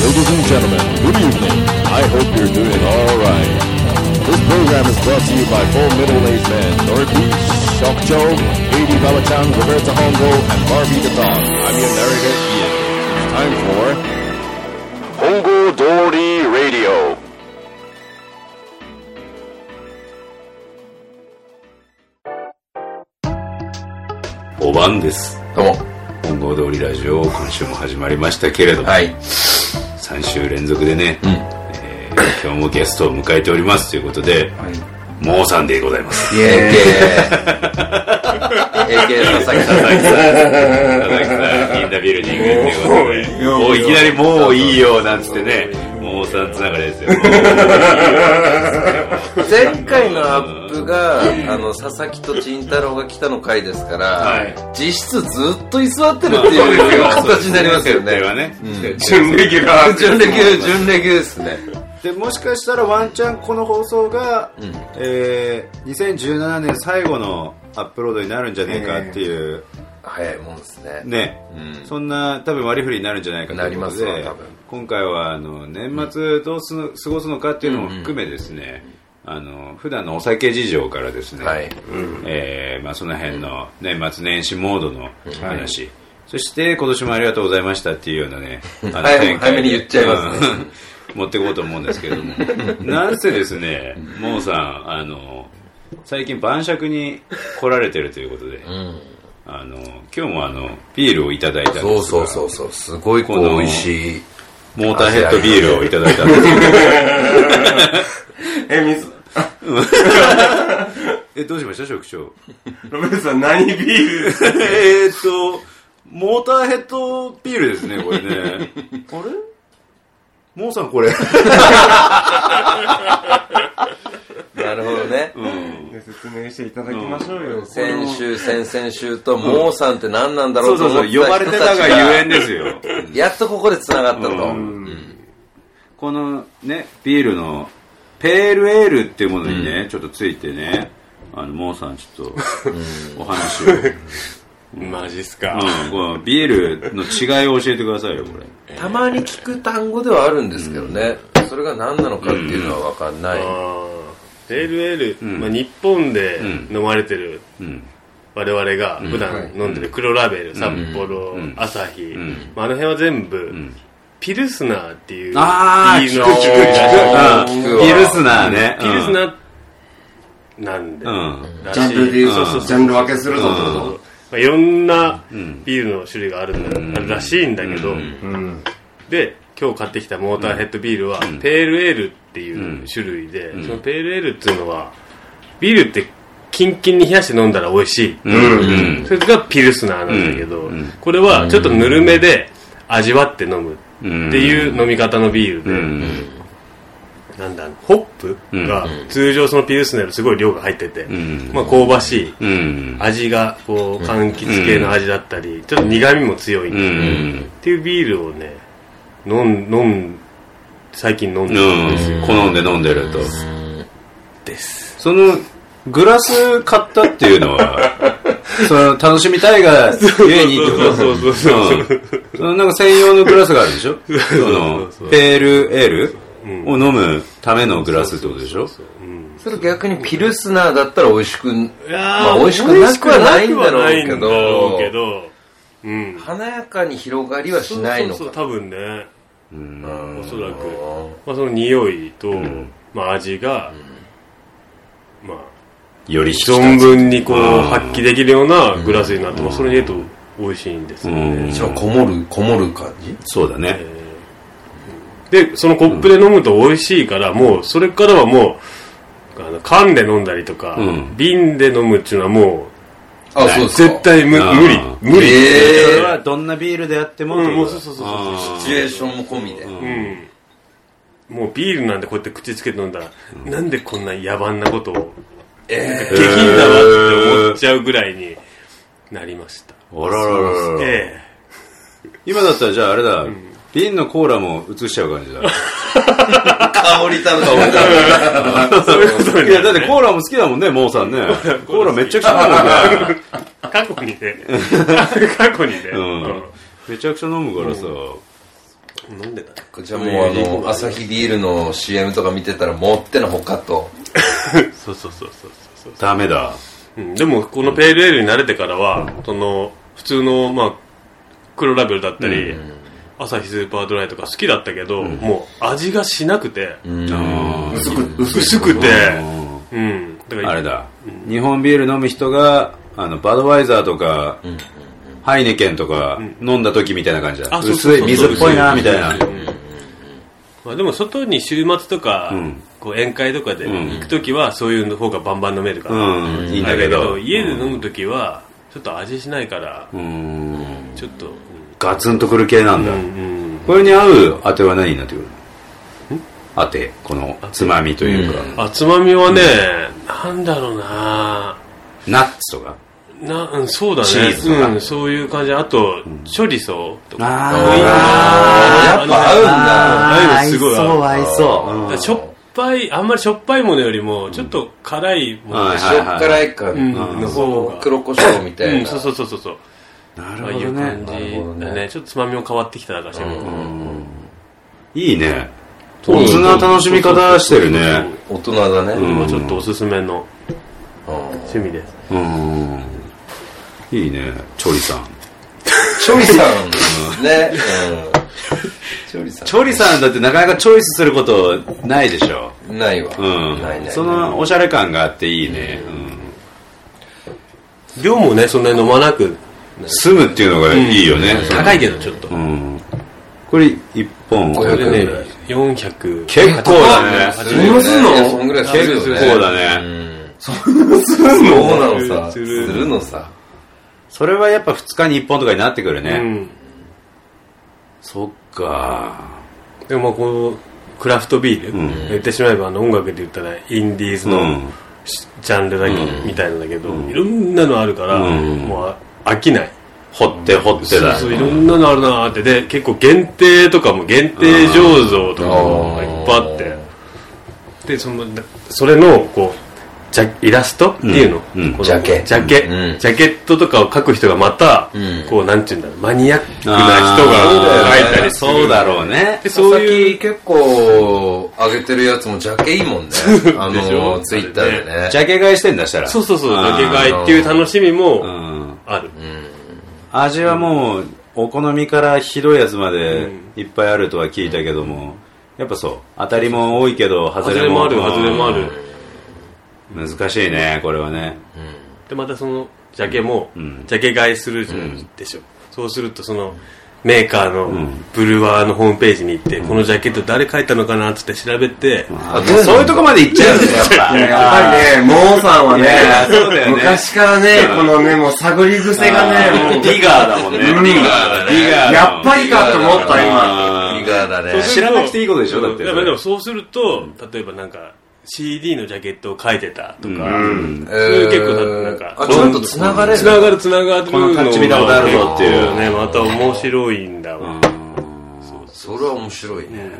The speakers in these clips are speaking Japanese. Ladies and gentlemen, good evening. I hope you're doing all right. This program is brought to you by four middle-aged men, Dorothy, Shock Joe, Haiti Balachan, Roberta Hongo, and Barbie the Dog. I'm your narrator, Ian. It's time for Hongo Dory Radio. お晩ですどうも。本郷通りラジオ今週も始まりましたけれども、はい。 3週連続でね、えー今日もゲストを迎えておりますということで、モーさんでございますイエーイ。AK 佐々木さん。佐々木さんインタビュールディングということでもういきなり「もういいよ」なんつってねモーさんつながりですよもう前回のアップが、あの、佐々木と陳太郎が来たの回ですから、はい実質ずっと居座ってるっていう形になりますよ設定ね。はね、準レギュラー。純レギュ、純レギュですね。でもしかしたらワンチャンこの放送が、えー2017年最後のアップロードになるんじゃねえかっていう、早いもんですね。ね、そんな多分割り振りになるんじゃないかということでなりますわ多分今回はあの年末どうすの過ごすのかっていうのも含めですね、あの普段のお酒事情からですね、はいえーまあ、その辺の年末年始モードの話、そして今年もありがとうございましたっていうようなね、あの早め展開で早めに言っちゃいますねうん持ってこうと思うんですけれ ども、なんせですね、モーさん、あの、最近晩酌に来られてるということで、あの、今日もあの、ビールをいただいたんですが、そうそうそうそう。すごいここう、の美味しい。モーターヘッドビールをいただいたんです けどえ、水、え、どうしました職長。ロベルトさん何ビールえーっと、モーターヘッドビールですね、これね。 あれモーさんこれ。なるほどね。説明していただきましょうよ。先週、先々週と、モーさんって何なんだろそううとそう思っそう、て呼ばたれ人てたたちがが、ゆえんですよ。やっとここで繋がったと。このね、ビールの、ペールエールっていうものにね、ちょっとついてね、あの、モーさんちょっと、お 話を。このマジっすかうん、このビールの違いを教えてくださいよ、これ。たまに聞く単語ではあるんですけどね、それが何なのかっていうのは分かんない、ペールエール、まあ、日本で飲まれてる、我々が普段飲んでる黒ラベル、札幌、朝日、まあ、あの辺は全部、ピルスナーっていうあービールの聞く聞くあうんー聞くわピルスナーね。ピルスー。ナーなんで、うん。らしジいャンルで、ジそうそうそうャンル分けするぞそうそうまあ、いろんなビールの種類があるんだ、あるらしいんだけど、で今日買ってきたモーターヘッドビールは、ペールエールっていう種類で、そのペールエールっていうのはビールってキンキンに冷やして飲んだら美味しい、それがピルスナーなんだけど、これはちょっとぬるめで味わって飲むっていう飲み方のビールで、なんだホップが通常そのピルスナーよりすごい量が入ってて、まあ、香ばしいうん。味がこう柑橘系の味だったり、ちょっと苦味も強いんですよ、うんっていうビールをね飲ん飲ん最近飲んでるんですよ、うん。好んで飲んでると。ですその、グラス買ったっていうのは、その、楽しみたいが、ゆえにってことそうそうそうそううんそのなんか専用のグラスがあるでしょそのペールエールを飲むためのグラスってことでしょそれ逆にピルスナーだったら美味しく、いやーまあ、美味しくなくはないんだろうけ美味しくなくはないんだろうけどどうん華やかに広がりはしないのかそうそうそう多分ねおそらくうんまあ、その匂いと、まあ、味が、まあより引き立つ存分にこう発揮できるようなグラスになって、まあ、それに入れると美味しいんですよね、うんじゃあこもるこもる感じそうだね。でそのコップで飲むと美味しいから、もうそれからはもうあの缶で飲んだりとか、うん瓶で飲むっていうのはもあそううですか絶対無あー無理無理、えそれはどんなビールであっても、うんもうそうそうそうそうあシチュエーションも込みで、うんもうビールなんでこうやって口つけて飲んだら、なんでこんな野蛮なことをえできんだなって思っちゃうぐらいになりました、ーあららららえ今だったらじゃああれだ、瓶のコーラも映しちゃう感じだ。ー、香りたるか俺えそういうことにいなや、だるってコーラも好きだもんね、モーさんね。コーラめちゃくちゃ飲むもんね。過去にね過去にね、うんめちゃくちゃ飲むからさ、飲んでたねじゃあもうあの、アサヒビールの CM とか見てたら、もってのほかと。そうそうそうそうそうダメだ。うんでもこのペールエールに慣れてからはその普通のまあ黒ラベルだったり、朝日スーパードライとか好きだったけど、もう味がしなくて、あ薄く、薄薄くてうん、だーからあれだ。日本ビール飲む人が、あの、バドワイザーとか、ハイネケンとか飲んだ時みたいな感じだ。あそうそう薄いそう水っぽいな、みたいな。まあ、でも外に週末とか、うんこう宴会とかで行く時はそういう方がバンバン飲めるから、うん、いいんだだけけどど。家で飲む時はちょっと味しないから、うん。ちょっと、ガツンとくる系なんだ。うんうんこれに合う当ては何になってくるの当て、このつまみというか、あつまみはね、なんだろうなナッツとか。な、うん、そうだねチーズとかうん、そういう感じあと、処理層とかあやっぱ合うんだ。ああいうのすごい合う合いそうだからしょっぱいあんまりしょっぱいものよりもちょっと辛いものはい塩っ辛いか、うんの方が黒胡椒みたういんな。そうそうそうそうそうなああるほいどうね感。じだなるほどねねちょっとつまみも変わってきただからしてもいいね。う大人な楽しみ方してるね。大人だね。今ちょっとおすすめの趣味ですうん。いいね、チョリさん。チョリさん、ね。うん。チョリさチョリさんだってなかなかチョイスすることないでしょ。ん。ないわ。うんないない。そのおしゃれ感があっていいね。うん量もねそんなに飲まなく住むっていうのがいいよね。高いけどちょっとうん。これ1本。これね500ぐらい400結構だね。そんなすんのそんぐらいするよね結構だね。そうなのさ。すするるのさ。それはやっぱ2日に1本とかになってくるうね。んそっか。でもまあこうクラフトビール、言ってしまえばあの音楽で言ったらインディーズの、うんジャンルだけ、みたいなんだけど、いろんなのあるから、うんもう飽きない掘って掘ってそうだ。そういろんなのあるなーってで結構限定とかも限定醸造とかもいっぱいあってでそのそれのこうジャイラストっていうの,、うんうんこのジャケジャケ、うんジャケットとかを書く人がまた、んこうなんていうんだろうマニアックなあー人が書いたりするそうだろうね。でそそうういういう結構上げてるやつもジャケいいもんね。あでしょの、ツイッターでね。ジャケ買いしてんだしたら。そうそうそうジあャーケ買いっていう楽しみうもん。ある、味はもう、お好みからひどいやつまでいっぱいあるとは聞いたけども、やっぱそう。当たりも多いけど、外外れれももある外れもある、うん難しいね、これはね。でまたそのジャケも、んジャケ買いするでしょ、そうするとそのメーカーのブルワーのホームページに行って、このジャケット誰書いたのかなっつって調べて、あもうそういうとこまで行っちゃうんだよ、やっぱ。やっぱりね、モーさんはねいや、そうだよね昔からね、このね、もう探り癖がね、もう、ディガーだもんね。ディガーだね。やっぱりかと思った、今。今リガーだね。知らなくていいことでしょだってでもでもそうすると、例えばなんか CD のジャケットを書いてたとか、えそういう結構ーなんかあ、ちゃんと繋がれつなる。がるつながるのこの感じ見たことあるぞっていうねまた面白いんだわ、そうそうそれは面白いね。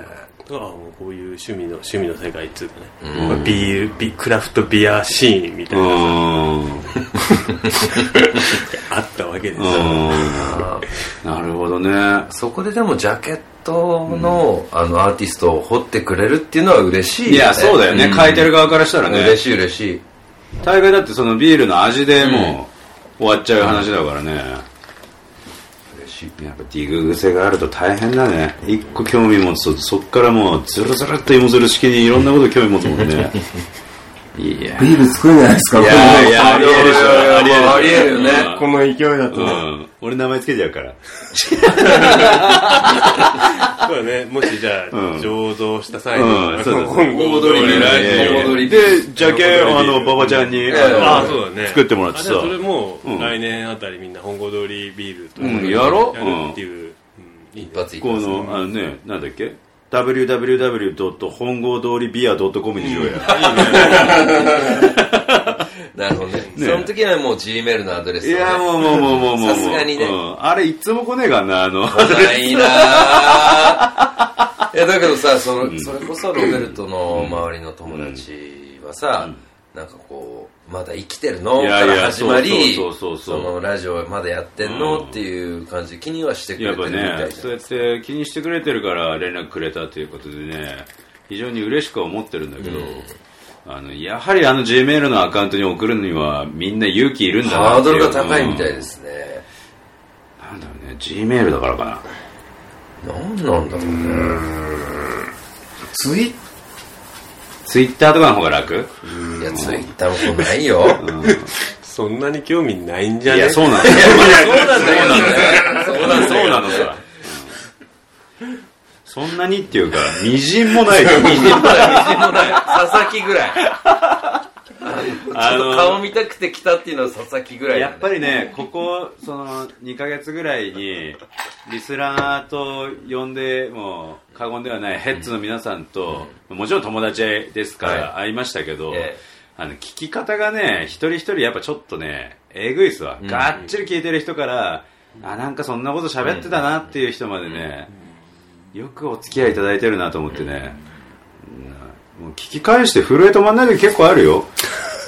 ああもうこういう趣味の趣味の世界っつうかね、まあビールビクラフトビアシーンみたいな、うん。あったわけですよ、うんなるほどね。そこででもジャケットの、あの、アーティストを掘ってくれるっていうのは嬉しいよいね。や、そうだよね。書いてる側からしたらうんね。嬉しい嬉しい。大概だってそのビールの味でもう終わっちゃう話だからね、やっぱディグ癖があると大変だね一個興味持つとそっからもうズルズルっと芋づる式にいろんなこと興味持つもんねいやビール作るんじゃないですか、いやいやありえるでしょいやいやありえるでしょまあありえるよこの勢いだとうね。ん、俺名前つけちゃうからそうだね、もしじゃあ、うん醸造した際に、うんそうだ今後どうねにラライイブいやいブや戻りでじゃけあの馬場ちゃんにあのああ、そうだね。作ってもらってあさじゃあそれも、うん来年あたりみんな本郷通りビールとうやんやろるっていう。うんいいね一発一こ発。のあのねなんだっけ www. 本郷通りビア .com にしろや、なるほどね。その時にはもう G メールのアドレスをいね。や、もうもうもうもうもう。さすがにねうんあれ、いつも来ねえかな、あ の。 ないなぁいやだけどさその、それこそロベルトの周りの友達はさ、なんかこう、まだ生きてるのいやかいやら始まり、そうそうそうそうのラジオまだやってんのっていう感じで気にはしてくやれってぱるみたねい、そうな。やって気にしてくれてるから連絡くれたということでね、非常に嬉しくは思ってるんだけど、あのやはりあの Gmail のアカウントに送るにはみんな勇気いるんだなハーってドいうルが高いみたいで、うすね。んなんだろうね Gmail だからかななんなんだろうね。ツイ Twitter とかの方が楽いや、ツイッターもこうないよ。そんなに興味ないんいじゃねや そうなんだよそうなんだよそうなのさそんなにっていうかみじんも ないよ佐々木ぐらい。あの顔見たくて来たっていうのは佐々木ぐらいだやね、っぱりね、ここ、その、2ヶ月ぐらいに、リスナーと呼んでも過言ではないヘッズの皆さんと、もちろん友達ですから会いましたけど、ええあの、聞き方がね、一人一人やっぱちょっとね、えぐいっすわ。がっちり聞いてる人から、あ、なんかそんなこと喋ってたなっていう人までね、よくお付き合いいただいてるなと思ってね、うんもう聞き返して震え止まんない時結構あるよ。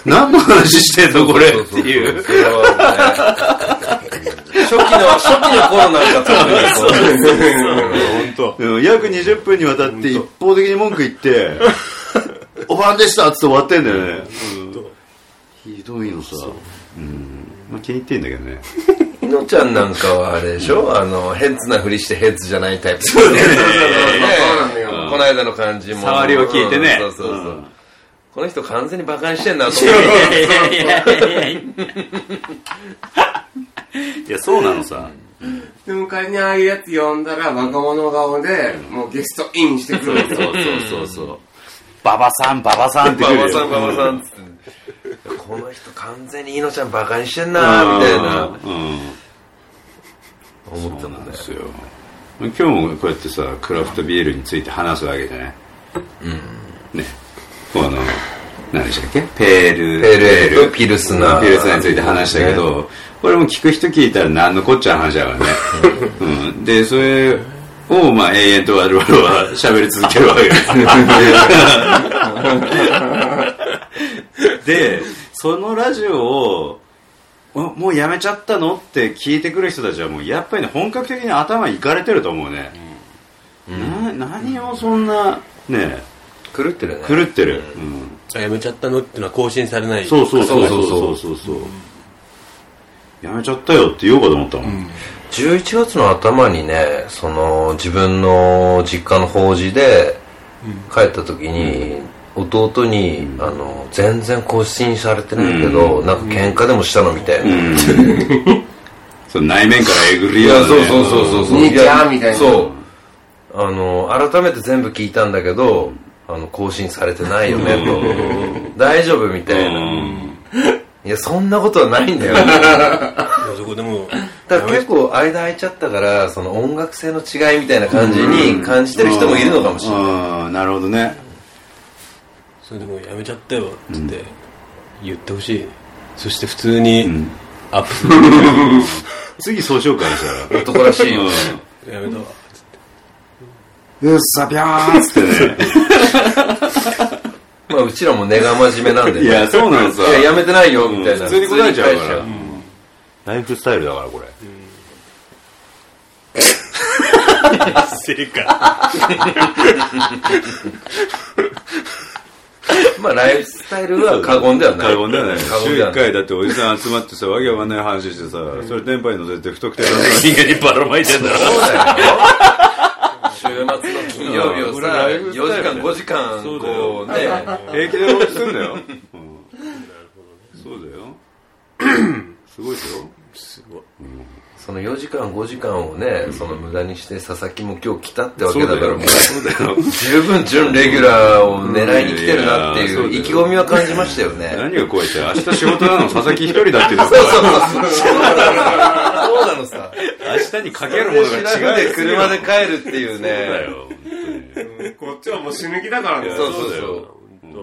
何の話してんのこれっていう。それはね初期の、初期の頃なんか特にこう本当。うん、約20分にわたって一方的に文句言って 「おばんでした」っつって終わってんだよね、うん、ひどいのさ、うんまあ、気に入ってんだけどねいのちゃんなんかはあれでしょあの、ヘッズなふりしてヘッズじゃないタイプ。そうね。この間の感じも。触りを聞いてね。うんそうそうそううんこの人完全に馬鹿にしてんなと思って。いやそうなのさでも仮にああいうやつ呼んだら若者顔で、もうゲストインしてくるんですそうよ。そうそうそう馬場さん馬場さんって馬来るよ場さん、馬場さんっつって。この人完全にいのちゃん馬鹿にしてんなみたいなうん思ったそうなもんんねで。すよ今日もこうやってさクラフトビールについて話すわけじゃないうんねこの何でしたっけペールペールエールピルスナーピルスナーについて話したけど、これも聞く人聞いたら何のこっちゃの話だから ね、うん、でそれをまあ永遠と我々は喋り続けるわけ ですでそのラジオをおもうやめちゃったのって聞いてくる人たちはもうやっぱりね本格的に頭いかれてると思うね、な何をそんなね狂ってるね。狂ってる、うんやめちゃったのっていうのは更新されない。そうそうそうそうそうそうそう、やめちゃったよって言おうかと思ったもん、 11月の頭にねその自分の実家の法事で帰った時に、弟に、あの全然更新されてないけど、なんか喧嘩でもしたのみたいな、その内面からえぐいりやよねそうそうそうそうそう兄ちゃんみたいなそうあの改めて全部聞いたんだけどあの更新されてないよねと大丈夫みたいな、いやそんなことはないんだよいやそこでもう、だから結構間空いちゃったからその音楽性の違いみたいな感じに感じてる人もいるのかもしれない、うんうんなるほどねそれでもうやめちゃったよっつって言ってほしい。そして普通にアップする。次そうしようかなしたら男らしいよねやめたわ。つってうっさぴゃーんっつってまあ、うちらも根が真面目なんで、ねいやそうなんですいや、やめてないよ、みたいな。普通に答えちゃうから、普通にライフスタイルだからこれ、 返正解。しちゃうまあ、ライフスタイルは過言ではない。過言ではない過言週では1ない。回だっておじさん集まってさわけわかんない話してさそれ電波に乗せて不特定多数の人間にばらまいてんだろ週末の金曜日をさ、ライフ4スタイ時ルだよ間、5時間、そうだこようね、平気でローするんだ よ、そうだ よすごいですよその4時間、5時間をね、その無駄にして、佐々木も今日来たってわけだから、もうそうだよ十分準レギュラーを狙いに来てるなっていうんいうや意いや気込みは感じましたよね。何が怖いって明日仕事なの佐々木一人だって言うそうかそうそう。そうなのさ。ら明日にかけるものそうなのさ。調がべ違うて車で帰るっていうだね。よ本当にこっちはもう死ぬ気だからね。そうそうそう。本当そうな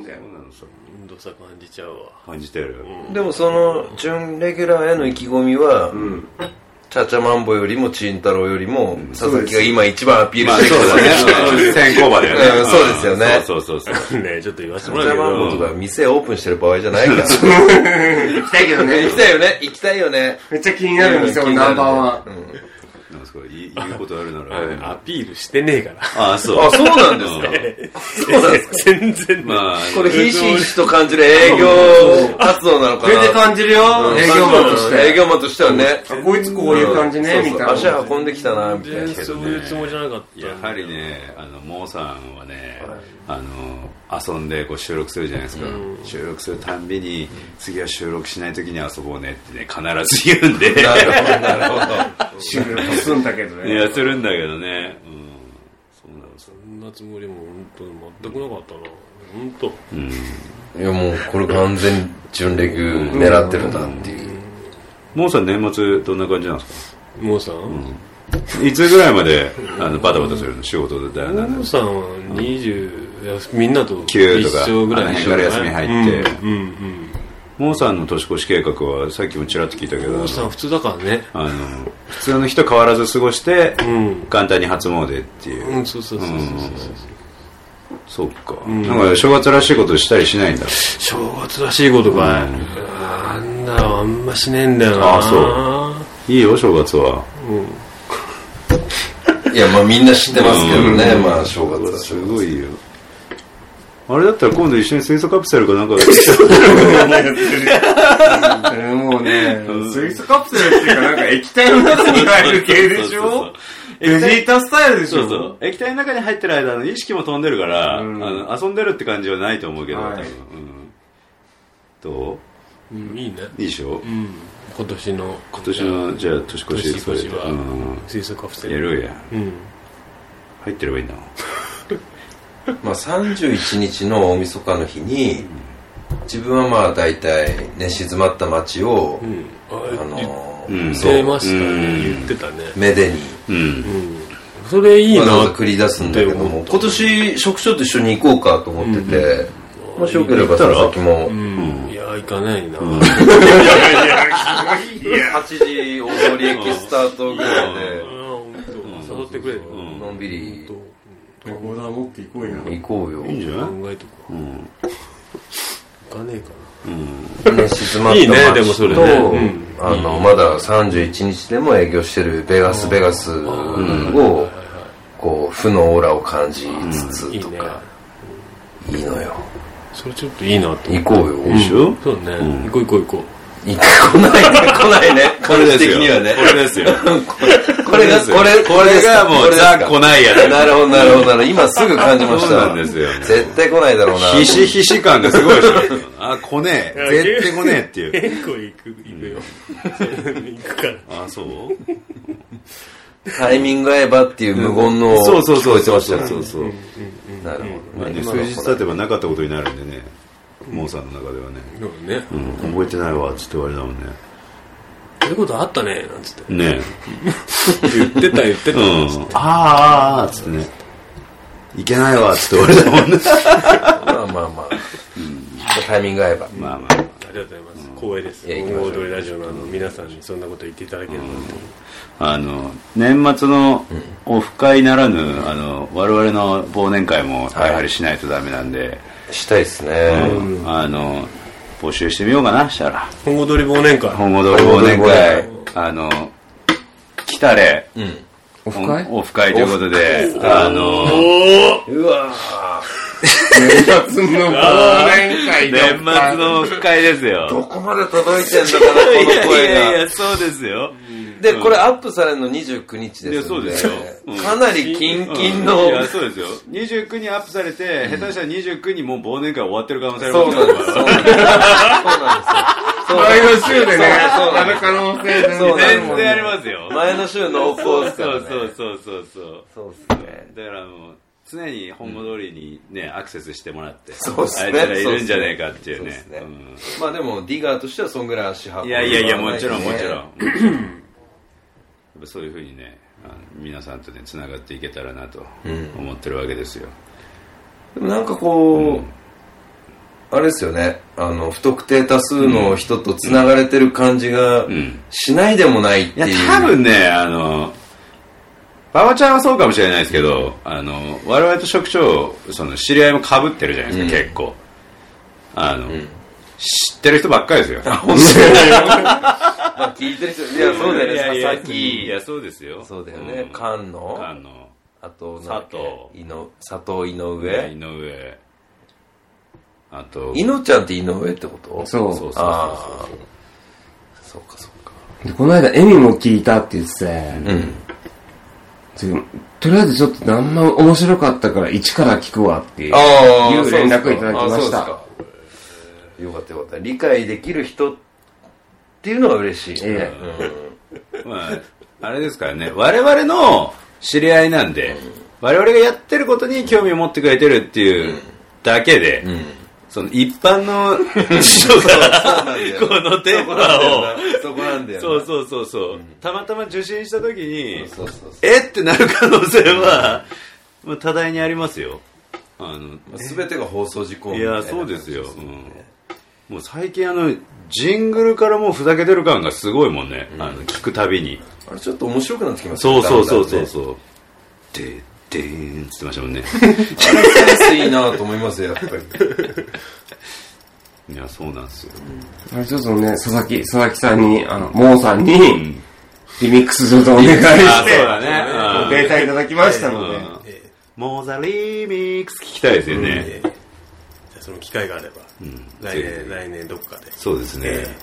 のさどさ感じちゃうわ。 感じてるでもその準レギュラーへの意気込みは、チャチャマンボよりもチンタロウよりも佐々木が今一番アピールまあ、しそてうきただね。先行馬だよね。うんそうですよねうんそうそうそうそう。ねちょっと言わせてもチャらチャマンボうとか店オープンしてる場合じゃないから 行きたいけどね行き。たいよね行きたいよねめっちゃ気になるんですよ、ナンバーワン。なんですか、い言うことあるなけど、ら。アピールしてねえから。ああ、そう。あそうなんですかそうなんですか全然ね。まあ、これひしひしと感じる営業活動なのか全な然感じるよ、営業マンとしうん営て。業マンとしてはねあこいつこういう感じね、みたいな。足運んできたなみ たいな全然そういうつもりじゃなかった。やはりね、あの、モーさんはね、あの、遊んでこう収録するじゃないですか。収録するたんびに、次は収録しないときに遊ぼうねってね、必ず言うんで。なるほどなるほどシュールとすんだけど いね。や、するんだけどね。うん。そうなんですよ。そんなつもりも本当全くなかったな。本当。いやもうこれ完全に準レギュ狙ってるんだっていうモーさん年末どんな感じなんですモーさんかいつぐらいまで、あの、バタバタするの仕事でだよモな。ーさんは20、いやみんなと一9とか緒ぐらいあの辺から休み入ってうんうんうん。モーさんの年越し計画は、さっきもちらっと聞いたけどモー、さん普通だからね。あの、普通の人変わらず過ごして、ん簡単に初詣っていう。うん、そうそうそうそうそそう。っか。なんか正月らしいことしたりしないんだ。正月らしいことかい。あんなのあんましねえんだよな。あそう。いいよ、正月は。いやまあみんな知ってますけどねまあ正月だしすごいよ。あれだったら今度一緒に水素カプセルかなんか、もうね、水素カプセルっていうか、なんか液体の中に入る系でしょベジータスタイルでしそうょそう。液体の中に入ってる間の意識も飛んでるから、あの遊んでるって感じはないと思うけど、はい多分。うんどうんいいね。ういいでしょうん。今年の、今年の、じゃあ年越年し越しはうん、水素カプセやル。ろうや。うん。入ってればいいんだもん。まあ、31日の大晦日の日に自分はまあ大体寝静まった街を、うん。ああのーうんそ言ってうましたうんね。言ってたね。めでにうん。それいいわな。ざわざ繰り出すんだけども今年職長と一緒に行こうかと思ってて、もしよければ佐々木もうん。いや、行かないな。 8時大通り駅スタートぐらいであ本当。誘ってくれよ。のんびり本レコーダー持っていこうよ。行こうよいいんじゃ当ない考えとか。うん。行かねえか寝静まった街といいねでもそれねうんあのまだ31日でも営業してるベガスベガスをこう負のオーラを感じつな。いついとね。か、いいのよそれちょっといいなと。行こうよ、でしょそうね。行こう行こう行こう。行ってこないね来ないね感じ的にはね これですよ。これがですよこれこれがもうですかザ来ないやつなるほどなるほどなるほど今すぐ感じましたそうなんですよ絶対来ないだろうなひしひし感がすごいでしょ。あ、来ねえ。絶対来ねえっていう。結構行く、行くよ。行くから。あ、そうタイミング合えばっていう無言の そうそうそう。聞こえてましたよそうそうそう。なるほまどあねね今数の日経てばなかったことになるんでね、モーさんの中ではね、そうね。うん、覚えてないわっつって言われたもんね。そういうことあったね、なんつって。ね言ってた言ってえ。うた。ん。あーあーあーっつってね、 いけないわっつって言われたも んね。まあまあまあタイミング合えばまあまあ。ありがとうございます。光栄です。いや行き今ましょう後踊りラジオのあの皆さんにそんなこと言っていただけるなんて。あの、年末のオフ会ならぬ、あの、我々の忘年会もやはりしないとダメなんで、したいですね、うんあの、募集してみようかな、したら。今後踊り忘年会。本戻り忘年会、あの、来たれ、オフ会オフ会ということで、あの、年末の忘年会年末のオフ会ですよ。どこまで 届いてんのかな、このい声やいが。や、そうですよ。で、これアップされるの29日ですんいやそうですようんかなりキンキンのい、や、そうですよ。29にアップされて、下手したら29にもう忘年会終わってる可能性ありそうますなんよです。そうなんです。そうなん前ですの週でね、そうある可能性全そう然ある全もん然あね。りますよよ。。前の週のオフコースかそら、うね。そうそうそうそう。そうですね。だからもう常に本物通りにね、アクセスしてもらってそうっすねあいつらいるんじゃねえかっていうねそうっすねまあでも、ディガーとしてはそんぐらい足う運んぶいやいやいやもちろんねもちろんもちろんやっぱそういうふうにねあの皆さんとねつながっていけたらなと思ってるわけですよ、でもなんかこう、あれですよねあの不特定多数の人とつながれてる感じがんしないでもないっていやいう、多分ねあの馬場ちゃんはそうかもしれないですけどあの我々と職長その知り合いもかぶってるじゃないですか、結構あの、知ってる人ばっかりですよまあ聞いてる人いやそうだよねいや佐々い木やそうですよそうだよね、ん菅菅野野あとなんだっけ佐井の佐藤井井上上あと井野ちゃんって井上ってことそうそうそうああそうかそうかでこの間、エミも聞いたって言ってて、うんちょとりあえずちょっと何も面白かったから一から聞くわっていうあいう連絡をいただきましたそうですかよかったよかった理解できる人っていうのは嬉しい、 えまあ、あれですからね、我々の知り合いなんで、我々がやってることに興味を持ってくれてるっていうだけで、その一般の 人が、このテーマを、そこなんだよなそうそうそうそう、たまたま受信した時に、そうそうそえってなる可能性は、まあ、多大にありますよ。あの、う全てが放送事項いみたなや、感じそうですよ。ねうんもう最近あの、ジングルからもうふざけてる感がすごいもんね。あの、聞くたびに。あれちょっと面白くなってきましたそうそうそうそううそう。で、でーんっつってました もんね。センスいいなと思いますよやっぱりいや、そうなんですよ。えちょっとね、佐々木、佐々木さんに、あの、モーさんに、リミックスちょっとお願い して、だねデータいただきましたので。モーザリミックス聞きたいですよね。ええじゃあその機会があれば、来ぜ年、来年どっかで。そうですねえ。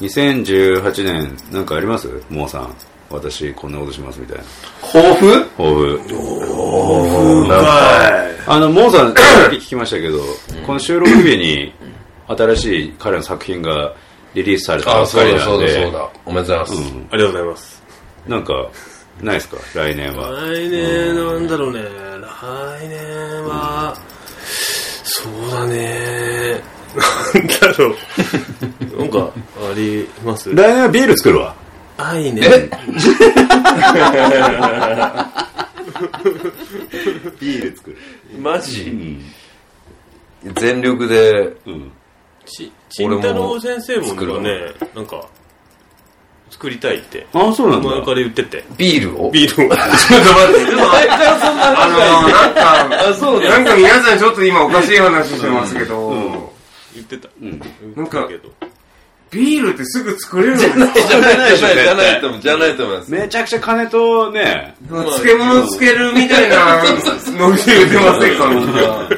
2018年、なんかありますモーさん。私、こんなことしますみたいな。抱負抱負。はい。あの、モーさん、さっき聞きましたけど、この収録日に新しい彼の作品がリリースされたばっかりなんで、だおめでとうございます、ありがとうございます。なんか、ないですか来年は。来年、なんだろうね。来年は、そうだね。なんだろう。なんか、あります来年はビール作るわ。あい ね。ビール作る。マジ、全力でうん。ち、ちんたろう先生俺ももね、なんか、作りたいって、あ、そうなんだ。前から言ってて。ビールをビールを。あのー、なんか、なんか皆さんちょっと今おかしい話してますけど、言ってた。なんかけ、ど。ビールってすぐ作れるんですか じゃないじゃないじゃないと思うじゃないと思いますめちゃくちゃ金とね、漬物つけるみたいなノリで言ってませんか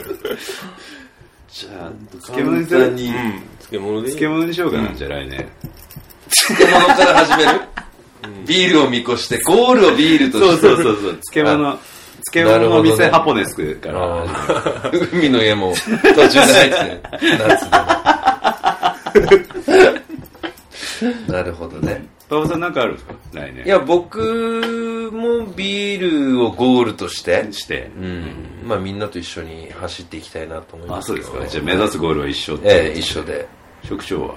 じゃあ、漬物簡にする単に漬物でいい漬物にしようかな、じゃあ来年。漬物から始めるビールを見越してゴールをビールとそうしてそうそうそう、漬物、漬物の店なるほどねハポネスクから。あー海の家も途中で入って夏でなるほどね馬場さんなんかあるんですか来年。いや僕もビールをゴールとしてして。うんまあみんなと一緒に走っていきたいなと思いあ、ますそうですか。じゃあね目指すゴールは一緒って。ええ一緒で職長は。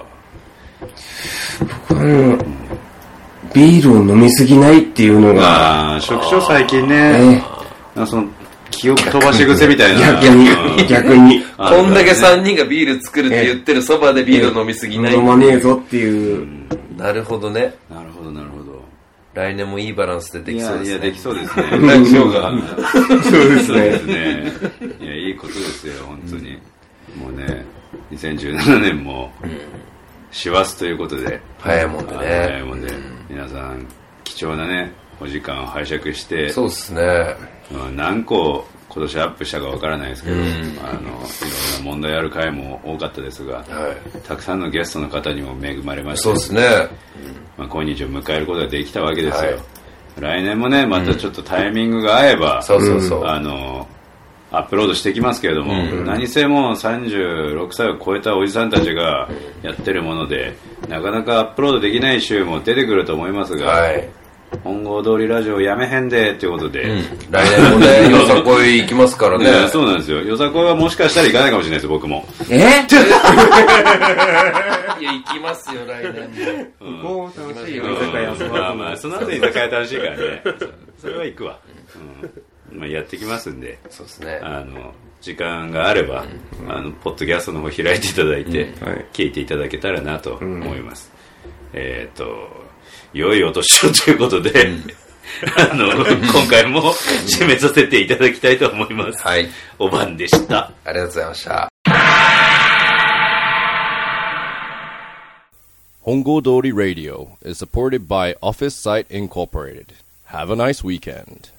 ビールを飲みすぎないっていうのが、ああ、職長最近ねね、なんかその、記憶飛ばし癖みたいな。逆うに、ん逆に、あるこんだけ3人がビール作るって言ってるそばでビールを飲みすぎない飲まねえぞっていう、なるほどねなるほど、なるほど。来年もいいバランスででいきそうや、でいや、ですねきそうですね。 大丈夫かそうですね。いや、いいことですよ、本当に。もうね、2017年も、師走ということで、早いもんでね早いもんで、皆さん、貴重なね、お時間を拝借して、そうですねうん何個今年アップしたかわからないですけど、あの、いろんな問題ある回も多かったですが、たくさんのゲストの方にも恵まれましたそうしですねまあ、今日を迎えることができたわけですよ、来年もねまたちょっとタイミングが合えば、そうそうそうあのアップロードしていきますけれども、何せもう36歳を超えたおじさんたちがやってるものでなかなかアップロードできない週も出てくると思いますが、はい本郷通りラジオやめへんでということで、来年も ねよさこい行きますからねねそうなんですよよさこいはもしかしたら行かないかもしれないです僕もえ いや行きますよ来年もここ楽しいよ、まあまあその後居酒屋楽しいからねそれは行くわ、うんまあ、やってきますんでそうですね。あの時間があれば、あのポッドキャストの方開いていただいて、はい聞いていただけたらなと思います、えっ、と良いお年をということで、あの今回も締めさせていただきたいと思います、はい。おばんでした ありがとうございました。 Hongo Dori Radio is supported by Office Site Incorporated. Have a nice weekend.